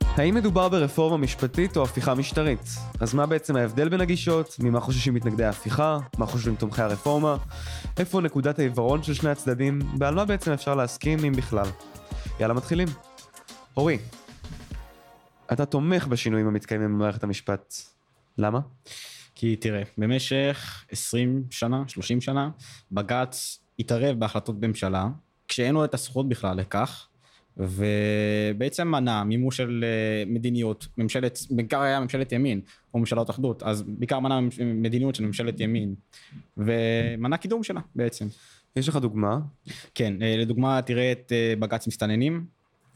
האם מדובר ברפורמה משפטית או הפיכה משטרית? אז מה בעצם ההבדל בין הגישות? ממה חוששים מתנגדי ההפיכה? מה חושבים תומכי הרפורמה? איפה נקודת העיוורון של שני הצדדים? ועל מה בעצם אפשר להסכים, אם בכלל? יאללה, מתחילים. אורי, אתה תומך בשינויים המתקיימים במערכת המשפט. למה? כי תראה, במשך 20 שנה, 30 שנה, בג"ץ התערב בהחלטות ממשלה, כשאין לו את הזכות בכלל לכך, ובעצם מנע מימוש של אה, מדיניות, ממשלת, בעיקר היה ממשלת ימין, או ממשלות אחדות, אז בעיקר מנע ממש- מדיניות של ממשלת ימין, ומנע קידום שלה בעצם. יש לך דוגמה? כן, אה, לדוגמה, תראה את אה, בג"ץ מסתננים,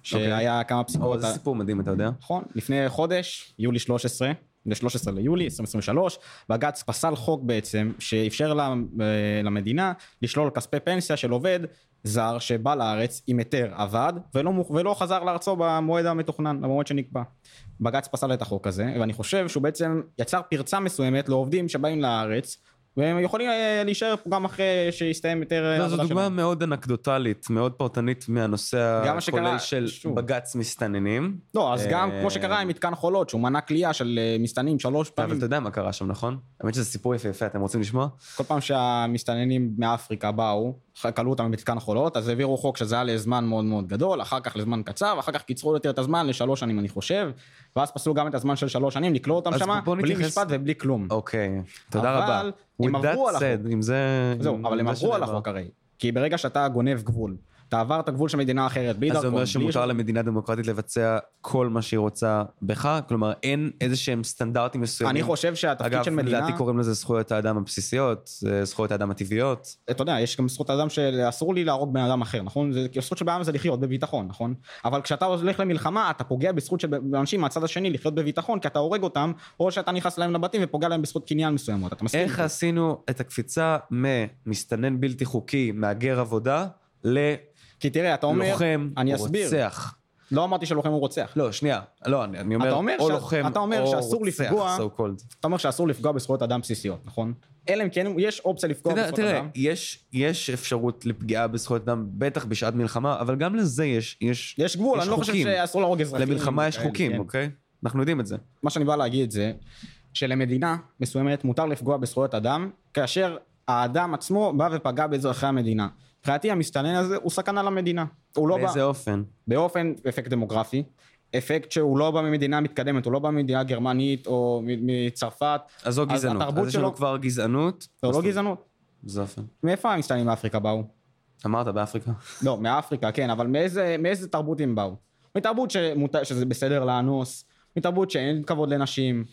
שהיה כמה או, פסיקות... זה סיפור מדהים, אתה יודע? נכון, לפני חודש, יולי 13, ב-13 ליולי 2023, בג"ץ פסל חוק בעצם, שאפשר למ- אה, למדינה לשלול כספי פנסיה של עובד זר שבא לארץ עם היתר עבד, ולא, מוכ- ולא חזר לארצו במועד המתוכנן, במועד שנקבע. בג"ץ פסל את החוק הזה, ואני חושב שהוא בעצם יצר פרצה מסוימת לעובדים שבאים לארץ. והם יכולים אה, להישאר פה גם אחרי שיסתיים היתר אה, לא, העבודה זו שלהם. דוגמה מאוד אנקדוטלית, מאוד פרטנית מהנושא גם מה שקרה- הכולל של שוב. בג"ץ מסתננים. לא, אז גם אה, כמו שקרה עם מתקן חולות, שהוא מנע כליאה של אה, מסתננים שלוש אבל פעמים. אתה יודע מה קרה שם, נכון? האמת שזה סיפור יפהפה, אתם רוצים לשמוע? כל פעם שהמסתננים מאפריקה באו, אחרי- כלאו אותם במתקן חולות, אז העבירו חוק שזה היה לזמן מאוד מאוד גדול, אחר כך לזמן קצר, ואחר כך קיצרו יותר את הזמן לשלוש שנים אני חושב, ואז פסלו גם את הזמן של שלוש שנים, לכלוא אותם אז שמה, בוא בלי נתייחס- משפט ובלי כלום. אוקיי, תודה אבל רבה. הם With עברו that על החוק. said, עם זה... זהו, עם אבל הם זה עברו על שנאמר. החוק הרי. כי ברגע שאתה גונב גבול, אתה עברת גבול של מדינה אחרת, בלי אז דרכון, זה אומר בלי- שמותר למדינה דמוקרטית לבצע כל מה שהיא רוצה בך? כלומר, אין איזה שהם סטנדרטים מסוימים? אני חושב שהתפקיד אגב, של מדינה... לדעתי קוראים לזה זכויות האדם הבסיסיות, אה, זכויות האדם הטבעיות. אתה יודע, יש גם זכות אדם שאסור לי להרוג בן אדם אחר, נכון? זה, כי הזכות של בן אדם זה לחיות בביטחון, נכון? אבל כשאתה הולך למלחמה, אתה פוגע בזכות של אנשים מהצד השני לחיות בביטחון, כי אתה הורג אותם, או שאתה נכנס להם לבתים ופוגע להם בזכות קניין מסוימות, אתה מסכים? איך איתי? עשינו את הקפיצה ממסתנן בלתי חוקי, מהגר עבודה, ללוחם, כי תראה, אתה אומר... אני אסביר. רוצח? לא אמרתי שלוחם הוא רוצח. לא, שנייה. לא, אני אני אומר, אתה אומר או שה- לוחם, אתה אומר או שאסור רוצח, לפגוע- so called. אתה אומר שאסור לפגוע בזכויות אדם בסיסיות, נכון? אלא אם כן יש אופציה לפגוע תראה, בזכויות תראה אדם. יש, יש אפשרות לפגיעה בזכויות אדם, בטח בשעת מלחמה, אבל גם לזה יש, יש, יש גבול, אני לא חושב חוקים. שאסור להרוג אזרחים. למלחמה יש כאלה, חוקים, כן. אוקיי? אנחנו יודעים את זה. מה שאני בא להגיד זה שלמדינה מסוימת מותר לפגוע בזכויות אדם כאשר האדם עצמו בא ופגע באזרחי המדינה. מבחינתי המסתנן הזה הוא סכנה למדינה. הוא לא בא באיזה אופן? באופן אפקט דמוגרפי, אפקט שהוא לא בא ממדינה מתקדמת, הוא לא בא ממדינה גרמנית או מ- מצרפת. אז זו גזענות. התרבות אז יש לנו שלו- כבר גזענות. זה אז- לא גזענות. באיזה אופן? מאיפה המסתננים מאפריקה באו? אמרת באפריקה? לא, מאפריקה, כן, אבל מאיזה, מאיזה תרבות הם באו? מתרבות שמותר, שזה בסדר לאנוס, מתרבות שאין כבוד לנשים.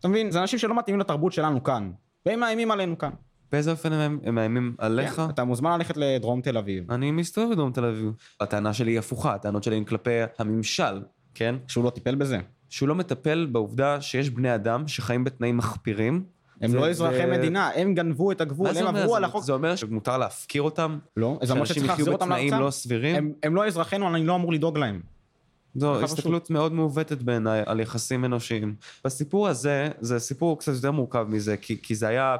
אתה מבין? זה אנשים שלא מתאימים לתרבות שלנו כאן. והם מאיימים עלינו כאן. באיזה אופן הם- הם מאיימים עליך? כן, אתה מוזמן ללכת לדרום תל אביב, אני מסתובב בדרום תל אביב. הטענה שלי היא הפוכה, הטענות שלי הן כלפי הממשל, כן? שהוא לא טיפל בזה. שהוא לא מטפל בעובדה שיש בני אדם שחיים בתנאים מחפירים. הם זה- לא אזרחי זה- מדינה, הם גנבו את הגבול, מה זה הם אומר? עברו זה- על החוק. זה אומר שמותר להפקיר אותם? לא, אז שאנשים אמרת שצריך יחיו להחזיר אותם בתנאים לארצם? לא סבירים? הם- הם לא אזרחינו, אני לא אמור לדאוג להם. זו ככה הסתכלות מאוד מעוותת בעיניי על יחסים אנושיים. בסיפור הזה, זה סיפור קצת יותר מורכב מזה, כי, כי זה היה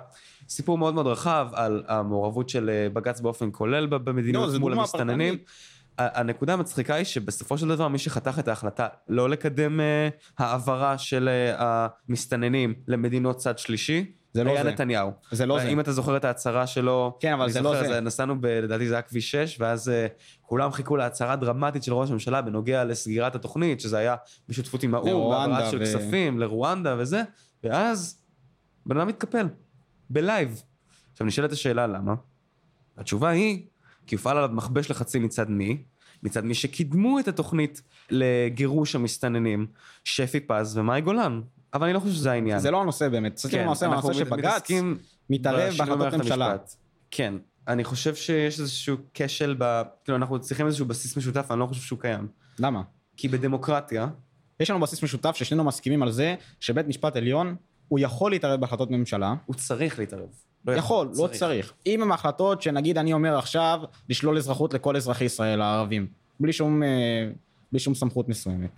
סיפור מאוד מאוד רחב על המעורבות של אה, בג"ץ באופן כולל ב- לא, במדיניות זה מול דוגמה המסתננים. פרטנית. ה- הנקודה המצחיקה היא שבסופו של דבר מי שחתך את ההחלטה לא לקדם אה, העברה של אה, המסתננים למדינות צד שלישי, זה לא היה זה. נתניהו. זה לא זה. אם אתה זוכר את ההצהרה שלו, כן, אבל אני זה לא זוכר, זה. נסענו, ב- לדעתי זה היה כביש 6, ואז אה, כולם חיכו להצהרה דרמטית של ראש הממשלה בנוגע לסגירת התוכנית, שזה היה בשותפות עם האו"ם, לרואנדה בהעברה של ו- כספים לרואנדה וזה, ואז בן אדם התקפל, בלייב. עכשיו נשאלת השאלה למה, התשובה היא, כי הופעל עליו מכבש לחצים מצד מי? מצד מי שקידמו את התוכנית לגירוש המסתננים, שפי פז ומאי גולן. אבל אני לא חושב שזה העניין. זה לא הנושא באמת. צריך כן, לנושא אנחנו הנושא שבג"ץ מתעסקים מתערב בשינוי בהחלטות במערכת ממשלה. המשפט. כן, אני חושב שיש איזשהו כשל ב... כאילו, אנחנו צריכים איזשהו בסיס משותף, אני לא חושב שהוא קיים. למה? כי בדמוקרטיה, יש לנו בסיס משותף ששנינו מסכימים על זה שבית משפט עליון הוא יכול להתערב בהחלטות ממשלה. הוא צריך להתערב. לא יכול, לא צריך. אם הם החלטות שנגיד אני אומר עכשיו לשלול אזרחות לכל אזרחי ישראל הערבים, בלי שום, אה, בלי שום סמכות מסוימת.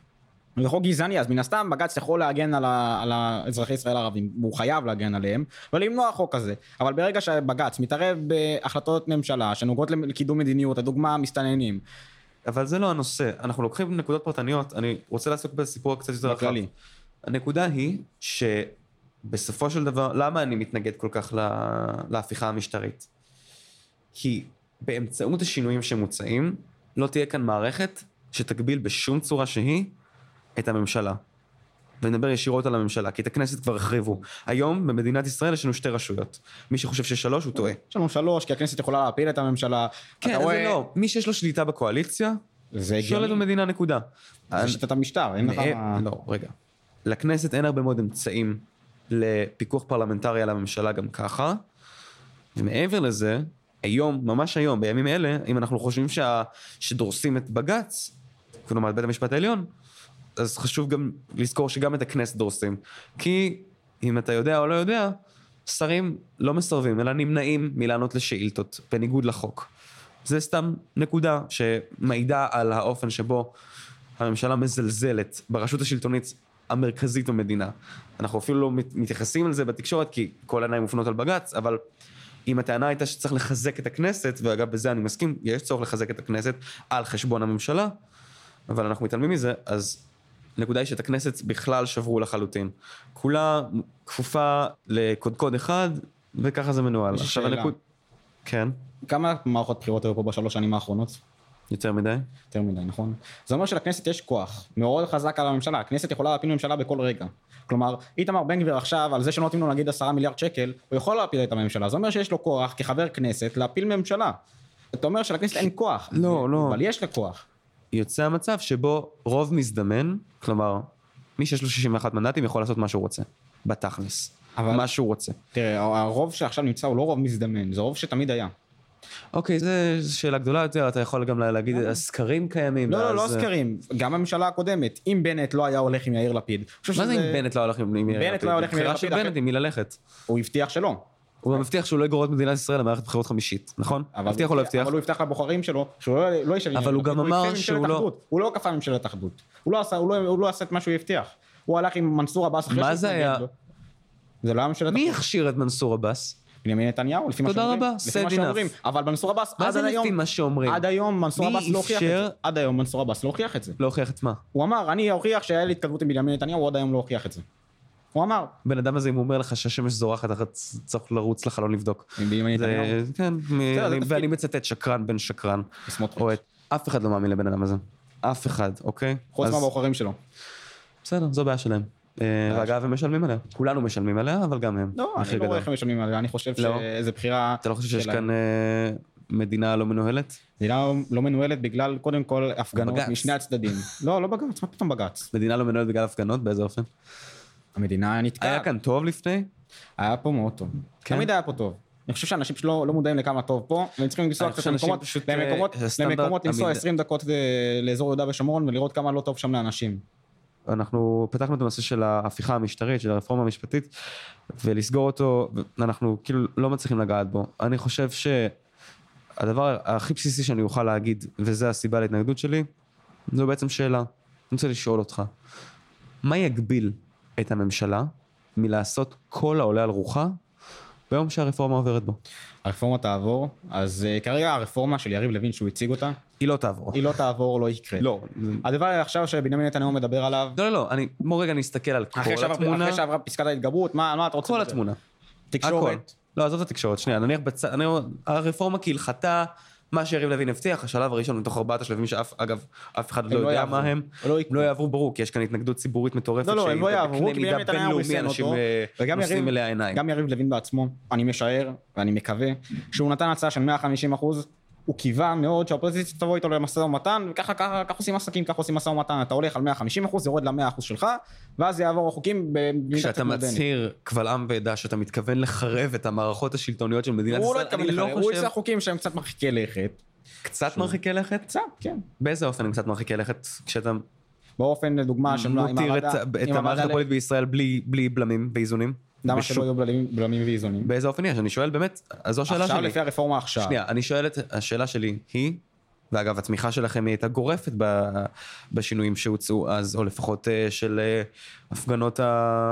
זה חוק גזעני, אז מן הסתם בג"ץ יכול להגן על, ה, על האזרחי ישראל הערבים, הוא חייב להגן עליהם, ולמנוע חוק כזה. אבל ברגע שבג"ץ מתערב בהחלטות ממשלה שנוגעות למ- לקידום מדיניות, לדוגמה מסתננים, אבל זה לא הנושא. אנחנו לוקחים נקודות פרטניות, אני רוצה לעסוק בסיפור קצת יותר רחב. בכללי. הנקודה היא שבסופו של דבר, למה אני מתנגד כל כך לה, להפיכה המשטרית? כי באמצעות השינויים שמוצעים, לא תהיה כאן מערכת שתגביל בשום צורה שהיא את הממשלה. ונדבר ישירות על הממשלה, כי את הכנסת כבר החריבו. היום במדינת ישראל יש לנו שתי רשויות. מי שחושב ששלוש הוא טועה. יש לנו שלוש, כי הכנסת יכולה להפיל את הממשלה. כן, אתה אז רואה- זה לא. מי שיש לו שליטה בקואליציה, זה שולט הגיוני. במדינה נקודה. זה שיטת המשטר, אין לך... אה, לא, רגע. לכנסת אין הרבה מאוד אמצעים לפיקוח פרלמנטרי על הממשלה גם ככה. ומעבר לזה, היום, ממש היום, בימים אלה, אם אנחנו חושבים שה... שדורסים את בג"ץ, כלומר את בית המשפט העליון, אז חשוב גם לזכור שגם את הכנסת דורסים. כי אם אתה יודע או לא יודע, שרים לא מסרבים, אלא נמנעים מלענות לשאילתות, בניגוד לחוק. זה סתם נקודה שמעידה על האופן שבו הממשלה מזלזלת ברשות השלטונית המרכזית במדינה. אנחנו אפילו לא מת- מתייחסים לזה בתקשורת, כי כל העיניים מופנות על בג"ץ, אבל אם הטענה הייתה שצריך לחזק את הכנסת, ואגב, בזה אני מסכים, יש צורך לחזק את הכנסת על חשבון הממשלה, אבל אנחנו מתעלמים מזה, אז הנקודה היא שאת הכנסת בכלל שברו לחלוטין. כולה כפופה לקודקוד אחד, וככה זה מנוהל. יש לי שאלה. כן, כמה מערכות בחירות היו פה בשלוש שנים האחרונות? יותר מדי. יותר מדי, נכון? זה אומר שלכנסת יש כוח מאוד חזק על הממשלה. הכנסת יכולה להפיל ממשלה בכל רגע. כלומר, איתמר בן גביר עכשיו, על זה שלא נותנים לו נגיד עשרה מיליארד שקל, הוא יכול להפיל את הממשלה. זה אומר שיש לו כוח כחבר כנסת להפיל ממשלה. אתה אומר שלכנסת אין כוח. לא, לא. אבל יש לה כוח. יוצא המצב שבו רוב מזדמן, כלומר, מי שיש לו 61 מנדטים יכול לעשות מה שהוא רוצה, בתכלס. אבל- מה שהוא רוצה. תראה, הרוב שעכשיו נמצא הוא לא רוב מזדמן, זה רוב שתמיד היה. אוקיי, זו שאלה גדולה יותר, אתה יכול גם לה- להגיד, הסקרים קיימים. אוקיי. לא, לא, לא ואז- אה, סקרים. גם הממשלה הקודמת, אם בנט לא היה הולך עם יאיר לפיד. אני חושב מה זה שזה- אם בנט לא הולך עם עם יאיר בנט לא הולך עם יאיר הבחירה של לפיד, בנט אחי. עם מי ללכת. הוא הבטיח שלא. הוא גם הבטיח שהוא לא יגרור את מדינת ישראל למערכת בחירות חמישית, נכון? אבל- הבטיח או לא הבטיח? אבל הוא הבטיח לבוחרים שלו שהוא לא- לא ישב עם אבל יאיר הוא לפיד, גם אמר יקפה ממשלת שהוא לא- אחדות. הוא לא כפה ממשלת אחדות. הוא לא עשה- הוא לא- הוא לא עשה את מה שהוא הבטיח. הוא הלך עם מנסור עבאס אחרי מה שהוא זה התנגד היה? לו. זה לא היה ממשלת מי אחדות. הכשיר את מנסור עבאס? בנימין נתניהו, לפי מה תודה שאומרים. רבה, לפי מה said שאומרים. enough. אבל מנסור עבאס מה עד זה לפי היום, מה שאומרים? עד היום מנסור מי עבאס לא הוכיח את אפשר- זה. עד היום מנסור עבאס לא הוכיח את זה. לא הוכיח את מה. הוא אמר, אני אוכיח שהיה לי התכתבות עם בנימין נתניהו, הוא עד היום לא הוכיח את זה. הוא אמר. בן אדם הזה, אם הוא אומר לך שהשמש זורחת, אתה צ- צריך לרוץ לחלון לבדוק. עם בנימין זה- נתניהו. כן, מ- זה אני- תפקיד. ואני מצטט שקרן בן שקרן. סמוטריץ'. או את... אף אחד לא מאמין לבן אדם הזה. אף אחד, אוקיי? חוץ אז מהבוחרים שלו. בסדר, זו בעיה שלהם. אה, ואגב, הם משלמים עליה. כולנו משלמים עליה, אבל גם הם. לא, מחיר אני לא גדול. רואה איך הם משלמים עליה, אני חושב לא. שזו בחירה... אתה לא חושב שיש שלהם. כאן אה, מדינה לא מנוהלת? מדינה לא מנוהלת בגלל, קודם כל, הפגנות בג"ץ. משני הצדדים. לא, לא בג"ץ, מה פתאום בג"ץ? מדינה לא מנוהלת בגלל הפגנות? באיזה אופן? המדינה נתקעה. היה כאן טוב לפני? היה פה מאוד טוב. כן? תמיד היה פה טוב. אני חושב שאנשים שלא לא מודעים לכמה טוב פה, והם צריכים לנסוע אני קצת חושב שאנשים למקומות, פשוט, אה, למקומות, הסטנדרט למקומות לנסוע המיד- 20 דקות אה, לאזור יהודה ושומרון ולראות כמה לא טוב שם לאנשים. אנחנו פתחנו את הנושא של ההפיכה המשטרית, של הרפורמה המשפטית, ולסגור אותו, אנחנו כאילו לא מצליחים לגעת בו. אני חושב שהדבר הכי בסיסי שאני אוכל להגיד, וזו הסיבה להתנגדות שלי, זו בעצם שאלה. אני רוצה לשאול אותך, מה יגביל את הממשלה מלעשות כל העולה על רוחה ביום שהרפורמה עוברת בו? הרפורמה תעבור, אז אה, כרגע הרפורמה של יריב לוין שהוא הציג אותה, היא לא תעבור. היא לא תעבור, לא יקרה. לא. הדבר עכשיו שבנימין נתניהו מדבר עליו, לא, לא, לא, אני, בוא רגע נסתכל על כל אחרי שעבר- התמונה, אחרי שעברה פסקת ההתגברות, מה מה את רוצה? כל מזה? התמונה. הכל. תקשורת. לא, עזוב את התקשורת, שנייה, נניח בצד, אני אומר, הרפורמה כהלכתה, מה שיריב לוין הבטיח, השלב הראשון מתוך ארבעת השלבים שאף, אגב, אף אחד לא לא יודע יעברו. מה הם, לא לא יקרו. יעברו, ברור, כי יש כאן התנגדות ציבורית מטורפת, לא, לא, הם שהיא לא יעברו, בקנה כי מידה בנימין נתניהו בינלאומי ריסן אנשים אותו, אה, וגם נושאים יריב- אליה עיניים. גם יריב לוין בעצמו, אני משער, ואני מקווה, שהוא נתן הצעה של 150 אחוז, הוא קיווה מאוד שהאופוזיציה תבוא איתו למשא ומתן, וככה ככה, ככה עושים עסקים, ככה עושים משא ומתן, אתה הולך על 150 אחוז, יורד ל-100 אחוז שלך, ואז יעבור החוקים ב- במידה קצת כשאתה מעודנת. מצהיר קבל עם ועדה שאתה מתכוון לחרב את המערכות השלטוניות של מדינת הוא לא ישראל, התכוון אני לא לחרב, הוא חושב, יצא חוקים שהם קצת מרחיקי לכת. קצת מרחיקי לכת? קצת, כן. באיזה אופן הם קצת מרחיקי לכת? כשאתה באופן, לדוגמה, של לא- עם מותיר את הוועדה- את עם המערכת הוועדה ל- הפוליטית בישראל בלי- בלי בלמים ואיזונים? למה בשום- שלא יהיו בלמים- בלמים ואיזונים? באיזה אופן יש? אני שואל באמת, אז זו השאלה עכשיו, שלי. לפי הרפורמה עכשיו. שנייה, אני שואל את השאלה שלי היא, ואגב, התמיכה שלכם היא הייתה גורפת ב, בשינויים שהוצאו אז, או לפחות אה, של אה, הפגנות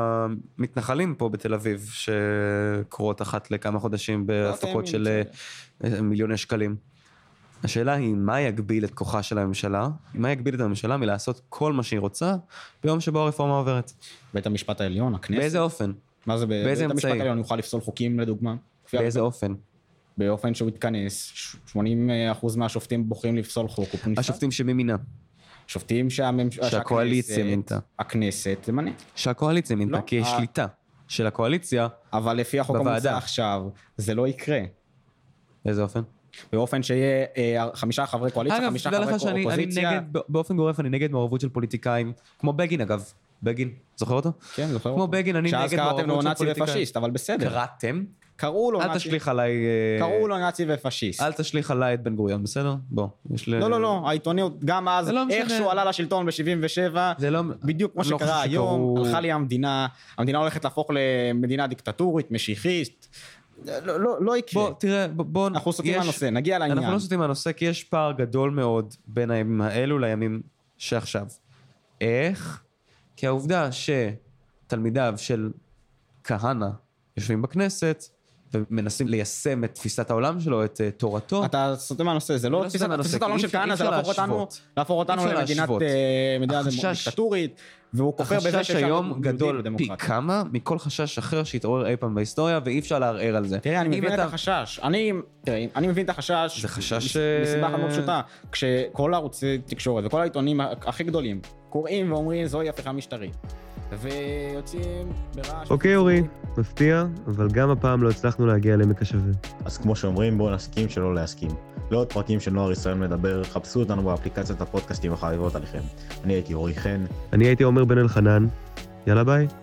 המתנחלים פה בתל אביב, לא שקורות אחת לכמה חודשים בהפקות של אה, מיליוני אה, שקלים. השאלה היא, מה יגביל את כוחה של הממשלה? מה יגביל את הממשלה מלעשות כל מה שהיא רוצה ביום שבו הרפורמה עוברת? בית המשפט העליון, הכנסת. באיזה אופן? מה זה ב- באיזה בית המשפט אמצעי? העליון יוכל לפסול חוקים לדוגמה? כפי באיזה אופן? באופן שהוא יתכנס, ש- 80% מהשופטים בוחרים לפסול חוק. הוא נפסל. השופטים שמי מינה? שופטים שהממש... שהקואליציה שהכנסת- מינתה. הכנסת תמנה. שהקואליציה מינתה, לא, כי יש ה- שליטה של הקואליציה. אבל לפי החוק המוצע בוועדה. עכשיו, זה לא יקרה. באיזה אופן? באופן שיהיה אה, חמישה חברי קואליציה, אגב, חמישה תדע חברי לך שאני אני אופוזיציה. נגד, באופן גורף אני נגד מעורבות של פוליטיקאים, כמו בגין אגב. בגין, זוכר אותו? כן, זוכר כמו אותו. בגין, אני נגד שאז קראתם לו מעורבות של נאצי פוליטיקאים. ופשיסט, אבל בסדר. קראתם? קראו לו אל נאצי- תשליך עליי... אה, לא, קראו לו נאצי ופשיסט. אל תשליך עליי את בן גוריון, בסדר? בוא, יש ל... לא, לא, לא, העיתונות, גם אז, זה לא משנה. איך שהוא עלה לשלטון ב-77, זה לא... בדיוק כמו אני לא שקרה חושב היום, שקראו- הלכה לי המדינה, המדינה הולכת להפוך למדינה דיקטטורית, משיחית. לא- לא לא יקרה. בוא, תראה, ב- בוא... אנחנו סוטים יש- מהנושא, נגיע לעניין. אנחנו לא סוטים מהנושא, כי יש פער גדול מאוד בין הימים האלו לימים שעכשיו. איך? כי העובדה שתלמידיו של כהנא יושבים בכנסת ומנסים ליישם את תפיסת העולם שלו, את אה, תורתו, אתה סוטה מהנושא, זה אני לא לא תפיסת סוטה מהנושא, תפיסת כי העולם אי של אפשר- אי כהנא, זה אפשר להפוך אותנו- להשוות. להפוך אותנו אי אפשר למדינת להשוות. אה, מדינה דמו- החשש- דיקטטורית, והוא כופר בזה החשש שאפשר היום להיות יהודי גדול פי ודמוקרטי. כמה מכל חשש אחר שהתעורר אי פעם בהיסטוריה, ואי אפשר לערער על זה. תראה, אני אם מבין את אתה- החשש. אני, תראה, אני מבין את החשש. זה חשש, מס- אה, מסיבה אחת מאוד פשוטה. כשכל הערוצי תקשורת וכל העיתונים ה- הכי גדולים קוראים ואומרים זוהי הפיכה משטרית. ויוצאים ברעש. אוקיי, אורי, מפתיע, אבל גם הפעם לא הצלחנו להגיע לעמק השווה. אז כמו שאומרים, בואו נסכים שלא להסכים. לעוד פרקים של נוער ישראל מדבר, חפשו אותנו באפליקציית הפודקאסטים החביבות עליכם. אני הייתי אורי חן, אני הייתי עומר בן אלחנן, יאללה ביי.